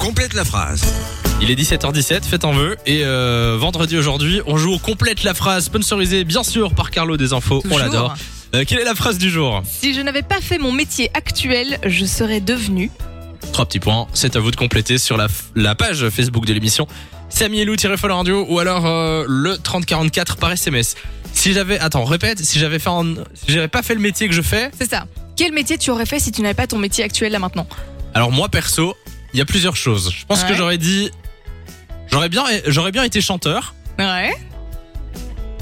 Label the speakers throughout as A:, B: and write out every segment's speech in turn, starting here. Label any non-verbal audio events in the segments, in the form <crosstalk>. A: complète la phrase.
B: Il est 17h17, faites en vœu. Et euh, vendredi aujourd'hui, on joue au complète la phrase, sponsorisée bien sûr par Carlo des Infos,
C: Toujours.
B: Oh, on l'adore. Euh, quelle est la phrase du jour
C: Si je n'avais pas fait mon métier actuel, je serais devenue.
B: Trois petits points, c'est à vous de compléter sur la, f- la page Facebook de l'émission. Samy et Lou, tirez Folle Radio ou alors euh, le 3044 par SMS. Si j'avais, attends, répète, si j'avais fait, un- si j'avais pas fait le métier que je fais,
C: C'est ça. Quel métier tu aurais fait si tu n'avais pas ton métier actuel là maintenant
B: alors moi perso, il y a plusieurs choses. Je pense que
C: Ouais.
B: j'aurais dit, j'aurais bien, j'aurais bien été chanteur,
C: Ouais.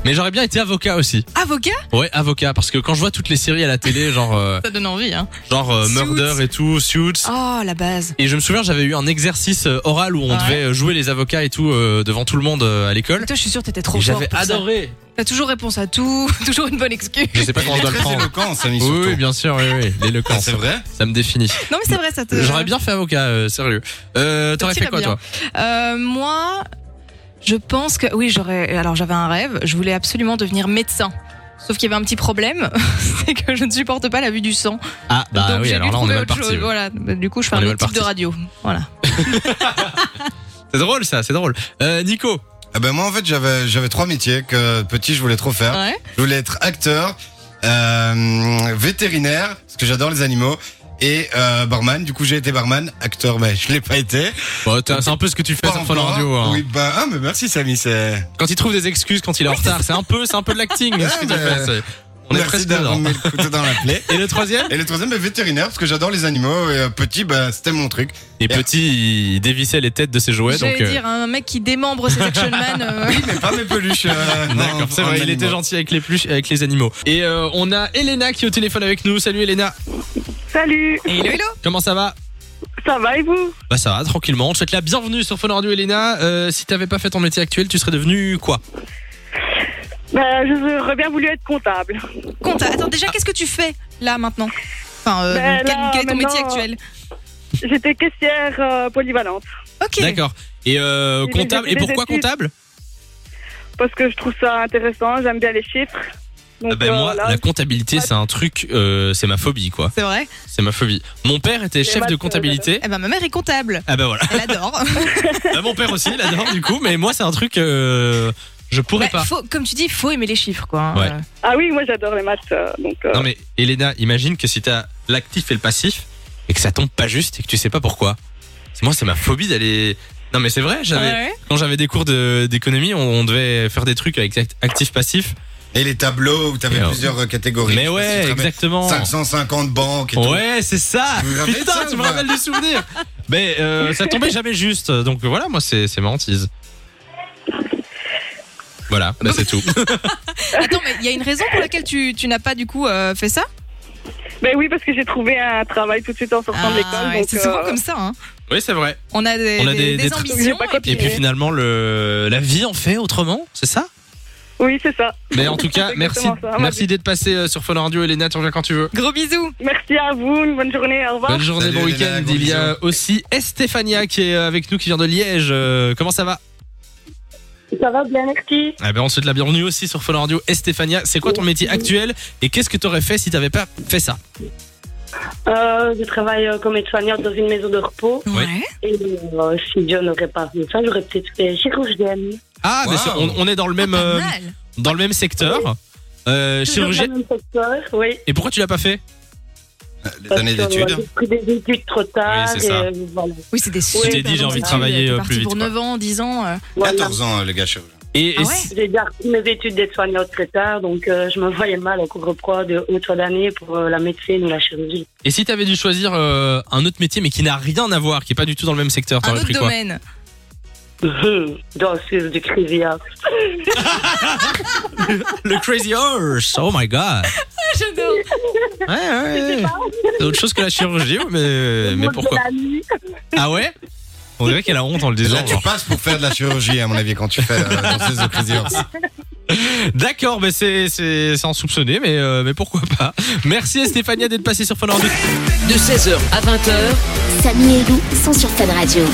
B: mais j'aurais bien été avocat aussi.
C: Avocat
B: Ouais, avocat, parce que quand je vois toutes les séries à la télé, genre,
C: <laughs>
B: euh,
C: Ça donne envie, hein.
B: genre euh,
C: Suits.
B: Murder et tout, Suits,
C: Oh, la base.
B: Et je me souviens, j'avais eu un exercice euh, oral où on
C: Ouais.
B: devait euh, jouer les avocats et tout euh, devant tout le monde euh, à l'école.
C: Et toi, je suis sûre que t'étais trop
B: Et
C: fort.
B: J'avais
C: pour ça.
B: adoré.
C: T'as toujours réponse à tout, <laughs> toujours une bonne
B: <laughs>
C: excuse.
B: Je sais pas comment je dois le
A: Très
B: prendre.
A: éloquent, Samy,
B: Oui,
A: surtout.
B: oui, bien sûr, oui,
A: <laughs>
B: oui.
A: Ah,
B: L'éloquence,
A: c'est vrai
B: ça me définit.
C: Non, mais c'est vrai, ça te.
B: J'aurais bien fait avocat, euh, sérieux. Euh, T'aurais
C: petit
B: fait
C: va
B: quoi,
C: bien.
B: toi
C: Euh, moi, je pense que oui, j'aurais. Alors j'avais un rêve. Je voulais absolument devenir médecin. Sauf qu'il y avait un petit problème, <laughs> c'est que je ne supporte pas la vue du sang.
B: Ah, bah
C: Donc
B: oui,
C: j'ai
B: alors
C: dû
B: là, on
C: trouver
B: est mal
C: autre
B: parti.
C: chose.
B: oui.
C: Voilà. Bah, Du coup, je fais
B: On est
C: un
B: mal
C: équipe
B: parti.
C: de radio. Voilà.
B: C'est drôle, ça, c'est drôle. Euh, Nico,
A: Ah ben moi en fait j'avais j'avais trois métiers que petit je voulais trop
B: Ah.
A: faire.
C: Ouais.
A: Je voulais être acteur, euh, vétérinaire parce que j'adore les animaux et euh, barman. Du coup j'ai été barman, acteur ben je l'ai pas été.
B: Bon, t'as- c'est un peu ce que tu fais
A: Pas
B: sur Fun
A: encore.
B: Radio. hein.
A: Oui bah ah mais merci Samy c'est.
B: Quand il trouve des excuses quand il est en retard, c'est un peu, c'est un peu de l'acting. ce que tu
A: Ouais,
B: fais,
A: mais-
B: c'est- On est
A: merci
B: presque
A: d'avoir
B: dedans.
A: mis le couteau dans la plaie.
B: Et le troisième
A: Et le troisième ben vétérinaire parce que j'adore les animaux et euh, petit bah c'était mon truc.
B: Et petit, il dévissait les têtes de ses jouets, donc.
C: J'allais
B: euh,
C: dire hein, un mec qui démembre
B: <laughs>
C: ses action man. euh,
A: Mais pas mes peluches. euh, non,
B: D'accord, c'est
A: en
B: vrai, il
A: animaux.
B: était gentil avec les pluches et avec les animaux. Et euh, on a Elena qui est au téléphone avec nous. Salut Elena,
D: Salut,
C: Hello, hello.
B: comment ça va
D: ça va et vous
B: Bah ça va, tranquillement. On te souhaite la bienvenue sur Fun Radio Elena. Euh, si t'avais pas fait ton métier actuel, tu serais devenue quoi
D: ben, J'aurais bien voulu être comptable.
C: Compte. Attends,
B: Ah.
C: déjà, qu'est-ce que tu fais là maintenant Enfin, euh,
D: Ben,
C: quel,
D: là,
C: quel est ton métier
D: maintenant,
C: actuel
D: J'étais caissière euh, polyvalente
C: Ok.
B: D'accord. Et euh,
D: J'ai
B: comptable,
D: fait
B: et
D: des
B: pourquoi
D: études.
B: comptable
D: parce que je trouve ça intéressant, j'aime bien les chiffres. Donc,
B: Ah Ben
D: euh,
B: moi,
D: voilà.
B: la comptabilité, c'est un truc, euh, c'est ma phobie quoi.
C: C'est vrai.
B: C'est ma phobie. Mon père était chef
D: maths,
B: de
D: euh,
B: comptabilité.
C: Eh ben, ma mère est comptable.
B: Ah bah voilà.
C: Elle
B: <laughs>
C: adore.
B: Bah, mon père aussi, il adore du coup, mais moi c'est un truc, euh, je pourrais
C: Bah,
B: pas.
C: faut, comme tu dis, faut aimer les chiffres, quoi. hein.
B: Ouais.
C: Euh,
D: Ah oui, moi j'adore les maths. euh, donc, euh,
B: Non mais Elena, imagine que si t'as l'actif et le passif et que ça tombe pas juste et que tu sais pas pourquoi. C'est- Moi, c'est ma phobie d'aller. Non mais c'est vrai. J'avais
C: ouais.
B: quand j'avais des cours de- d'économie, on, on devait faire des trucs avec act- actif passif.
A: Et les tableaux où t'avais
B: Et, euh,
A: plusieurs euh, catégories.
B: Mais
A: Je sais pas si
B: ouais,
A: tu te rappelles.
B: exactement.
A: 550 banques et tout.
B: Ouais, c'est ça.
A: Vous vous rappelez
B: Putain,
A: de ça
B: tu
A: ou
B: me
A: pas
B: rappelles du souvenir. Mais euh, ça tombait jamais juste. Donc voilà, moi c'est c'est ma hantise. Voilà, bah
A: <laughs>
B: c'est tout.
C: Attends, mais il y a une raison pour laquelle tu, tu n'as pas du coup euh, fait ça
D: ben oui, parce que j'ai trouvé un travail tout de suite en sortant de l'école.
C: Ah, ouais,
D: donc,
C: C'est souvent
D: euh,
C: comme ça. Hein.
B: Oui, c'est vrai.
C: On a des,
B: On a des-
C: des,
B: des
C: des
B: trucs-
C: ambitions.
D: J'ai pas
B: Et puis finalement, le la vie en fait autrement, c'est ça
D: Oui, c'est ça.
B: Mais en tout
C: <laughs>
B: cas,
D: C'est
B: merci,
D: exactement ça,
B: merci d'être passé euh, sur Fun Radio, Elena, tu reviens quand tu veux.
C: Gros bisous.
D: Merci à vous, une bonne journée, au revoir.
B: Bonne journée,
A: Salut,
B: bon
A: Elena,
B: week-end.
A: gros
B: Il y a aussi Estefania qui est euh, avec nous, qui vient de Liège. Euh, comment ça va
E: Ça va bien, merci.
B: Eh ben, on te souhaite la bienvenue aussi sur Fun Radio. Estefania, c'est quoi ton métier actuel et qu'est-ce que t'aurais fait si t'avais pas fait ça
E: Euh, je travaille euh, comme aide-soignante dans une maison de repos.
B: Ouais.
E: Et euh, si je n'aurais pas fait ça, j'aurais peut-être fait chirurgienne.
B: Ah, mais
A: Wow.
B: c'est- on, on est dans le même,
C: Pas
B: euh,
C: mal.
B: dans le même secteur. Euh,
E: Toujours
B: chirurgien.
E: dans le même secteur, oui.
B: Et pourquoi tu l'as pas fait
A: Les
E: Parce
A: années
E: que, euh,
A: d'études.
E: J'ai pris des études trop tard.
B: Oui, c'est ça.
E: et, euh, voilà.
C: Oui, c'est des super
E: t'es dit,
C: bonnes
E: j'ai envie de
C: études.
B: travailler,
C: T'es
B: euh,
C: parti
B: plus vite,
C: pour
B: quoi.
C: 9 ans, 10 ans. euh.
E: Voilà.
A: 14 ans, euh, le gars chirurgien.
B: Et, et
C: Ah ouais
B: si-
E: J'ai déjà repris mes études d'aide-soignante très tard, donc euh, je me voyais mal encore reprendre de autre d'année pour euh, la médecine ou la chirurgie.
B: et si t'avais dû choisir euh, un autre métier mais qui n'a rien à voir, qui est pas du tout dans le même secteur,
C: Un
B: t'aurais
C: autre
B: pris quoi
C: domaine.
E: Danseuse Hum, du Crivia.
B: Le Crazy Horse. Oh my God.
C: Ah, J'adore.
B: Ouais, ouais, ouais. C'est autre chose que la chirurgie, Euh, mais, mais pourquoi Ah ouais On dirait qu'elle a honte en le
A: Et
B: disant.
A: là, tu
B: genre.
A: passes pour faire de la chirurgie, à mon avis, quand tu fais euh, danseuse de Crazy Horse.
B: D'accord, mais c'est c'est sans soupçonner, mais euh, mais pourquoi pas Merci Stéphania d'être passée sur Fun Radio.
F: de 16h à 20h.
G: Samy et Lou sont sur Fan Radio.